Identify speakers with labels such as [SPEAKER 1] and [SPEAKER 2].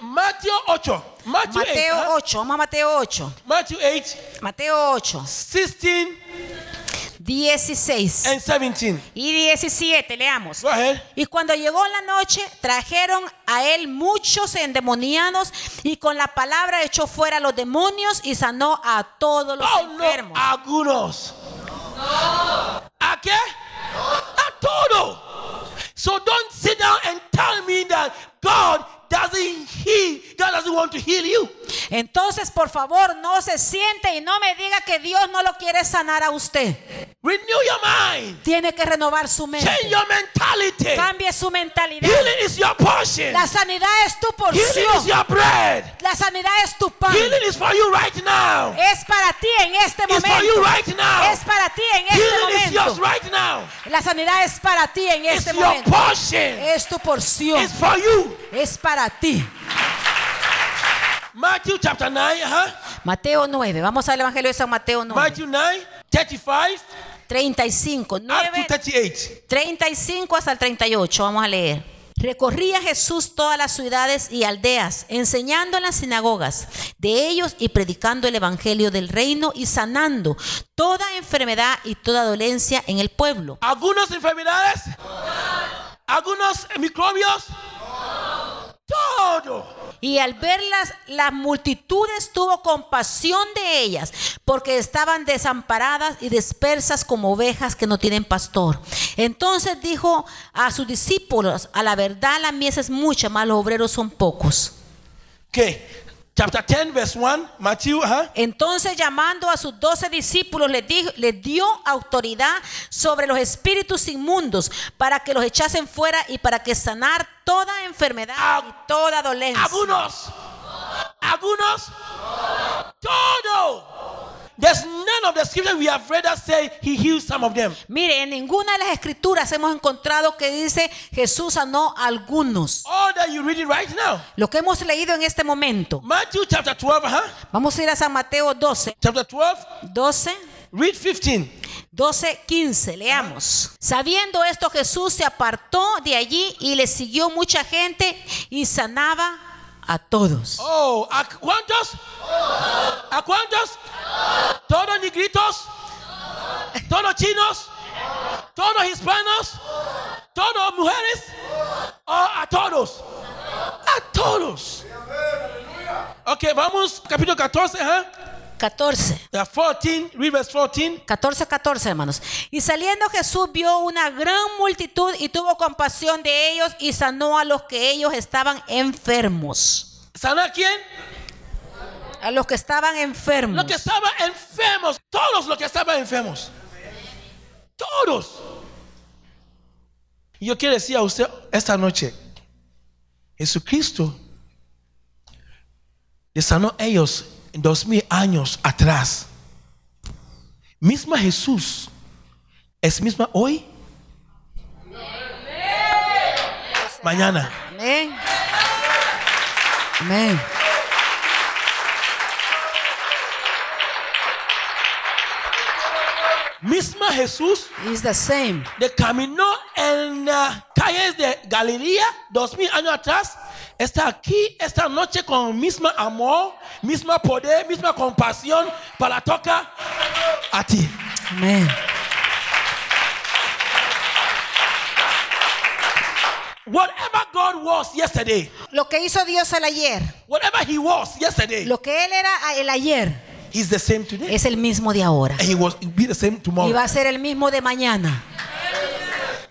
[SPEAKER 1] Mateo 8. Matthew 8.
[SPEAKER 2] Mateo
[SPEAKER 1] huh?
[SPEAKER 2] 8, vamos a Mateo 8.
[SPEAKER 1] Matthew 8,
[SPEAKER 2] Mateo 8,
[SPEAKER 1] 16
[SPEAKER 2] 16
[SPEAKER 1] and 17.
[SPEAKER 2] y 17, leamos.
[SPEAKER 1] Go ahead.
[SPEAKER 2] Y cuando llegó la noche, trajeron a él muchos endemoniados y con la palabra echó fuera a los demonios y sanó a todos los
[SPEAKER 1] Oh no,
[SPEAKER 2] enfermos.
[SPEAKER 1] algunos. ¿A qué? A todo. So don't sit down and tell me that God doesn't heal, God doesn't want to heal you.
[SPEAKER 2] Entonces, por favor, no se siente y no me diga que Dios no lo quiere sanar a usted.
[SPEAKER 1] Renew your mind,
[SPEAKER 2] Tiene que renovar su
[SPEAKER 1] change
[SPEAKER 2] mente.
[SPEAKER 1] your mentality.
[SPEAKER 2] Cambie su mentalidad.
[SPEAKER 1] Healing is your portion,
[SPEAKER 2] La sanidad es tu
[SPEAKER 1] healing is
[SPEAKER 2] porción.
[SPEAKER 1] your bread,
[SPEAKER 2] La sanidad es tu pan.
[SPEAKER 1] healing is for you right now.
[SPEAKER 2] Es para ti en este
[SPEAKER 1] It's for you
[SPEAKER 2] momento.
[SPEAKER 1] right now.
[SPEAKER 2] Es para ti en
[SPEAKER 1] Healing
[SPEAKER 2] este
[SPEAKER 1] is yours
[SPEAKER 2] momento.
[SPEAKER 1] right now.
[SPEAKER 2] La sanidad es para ti en
[SPEAKER 1] It's
[SPEAKER 2] este
[SPEAKER 1] your
[SPEAKER 2] momento.
[SPEAKER 1] portion.
[SPEAKER 2] Es tu porción.
[SPEAKER 1] It's for you.
[SPEAKER 2] Es para ti.
[SPEAKER 1] Matthew chapter 9, huh?
[SPEAKER 2] Mateo 9. Vamos al Evangelio de San Mateo 9.
[SPEAKER 1] Matthew 9, 35
[SPEAKER 2] 35.
[SPEAKER 1] up to
[SPEAKER 2] 9,
[SPEAKER 1] 38.
[SPEAKER 2] 35 hasta el 38, vamos a leer. Recorría Jesús todas las ciudades y aldeas, enseñando en las sinagogas de ellos y predicando el Evangelio del reino y sanando toda enfermedad y toda dolencia en el pueblo.
[SPEAKER 1] Algunos enfermedades, algunos microbios, todo.
[SPEAKER 2] Y al verlas, las multitudes tuvo compasión de ellas, porque estaban desamparadas y dispersas como ovejas que no tienen pastor. Entonces dijo a sus discípulos, a la verdad la mies es mucha, mas los obreros son pocos.
[SPEAKER 1] Okay, chapter 10, verse 1, Matthew, huh?
[SPEAKER 2] Entonces llamando a sus doce discípulos les, dijo- les dio autoridad sobre los espíritus inmundos para que los echasen fuera y para que sanar toda enfermedad y toda dolencia.
[SPEAKER 1] Algunos, algunos, todo. There's none of the scripture we have read that say he healed some of them.
[SPEAKER 2] Mire, en ninguna de las escrituras hemos encontrado que dice Jesús sanó a algunos.
[SPEAKER 1] All that you're reading right now.
[SPEAKER 2] Lo que hemos leído en este momento.
[SPEAKER 1] Matthew chapter 12, huh?
[SPEAKER 2] Vamos a ir a San Mateo 12,
[SPEAKER 1] Chapter 12,
[SPEAKER 2] 12,
[SPEAKER 1] read 15.
[SPEAKER 2] 12, 15. Leamos. Sabiendo esto, Jesús se apartó de allí y le siguió mucha gente y sanaba a todos.
[SPEAKER 1] Oh, ¿a cuántos? ¿A cuántos? ¿Todos negritos? ¿Todos chinos? ¿Todos hispanos? ¿Todos mujeres? ¿O a todos? A todos. Ok, vamos, capítulo 14, ¿eh?
[SPEAKER 2] 14.
[SPEAKER 1] Yeah, 14, read verse 14.
[SPEAKER 2] 14, 14, hermanos. Y saliendo Jesús vio una gran multitud y tuvo compasión de ellos y sanó a los que ellos estaban enfermos.
[SPEAKER 1] ¿Sana quién?
[SPEAKER 2] a los que estaban enfermos.
[SPEAKER 1] Los que estaban enfermos, todos los que estaban enfermos. Todos. Yo quiero decir a usted esta noche, Jesucristo les sanó a ellos en dos mil años atrás. Misma Jesús es misma hoy, mañana.
[SPEAKER 2] Amén. Amén.
[SPEAKER 1] Misma Jesús
[SPEAKER 2] It's the same.
[SPEAKER 1] de camino en las calles de Galilea, dos mil años atrás, está aquí esta noche con mismo amor, mismo poder, misma compasión para tocar a ti.
[SPEAKER 2] Amén.
[SPEAKER 1] Whatever God was yesterday,
[SPEAKER 2] Lo que hizo Dios el ayer,
[SPEAKER 1] whatever He was yesterday,
[SPEAKER 2] lo que él era a- el ayer,
[SPEAKER 1] He's the same today,
[SPEAKER 2] es el mismo de ahora.
[SPEAKER 1] and He was he'll be the same
[SPEAKER 2] Y va
[SPEAKER 1] tomorrow.
[SPEAKER 2] a ser el mismo de mañana.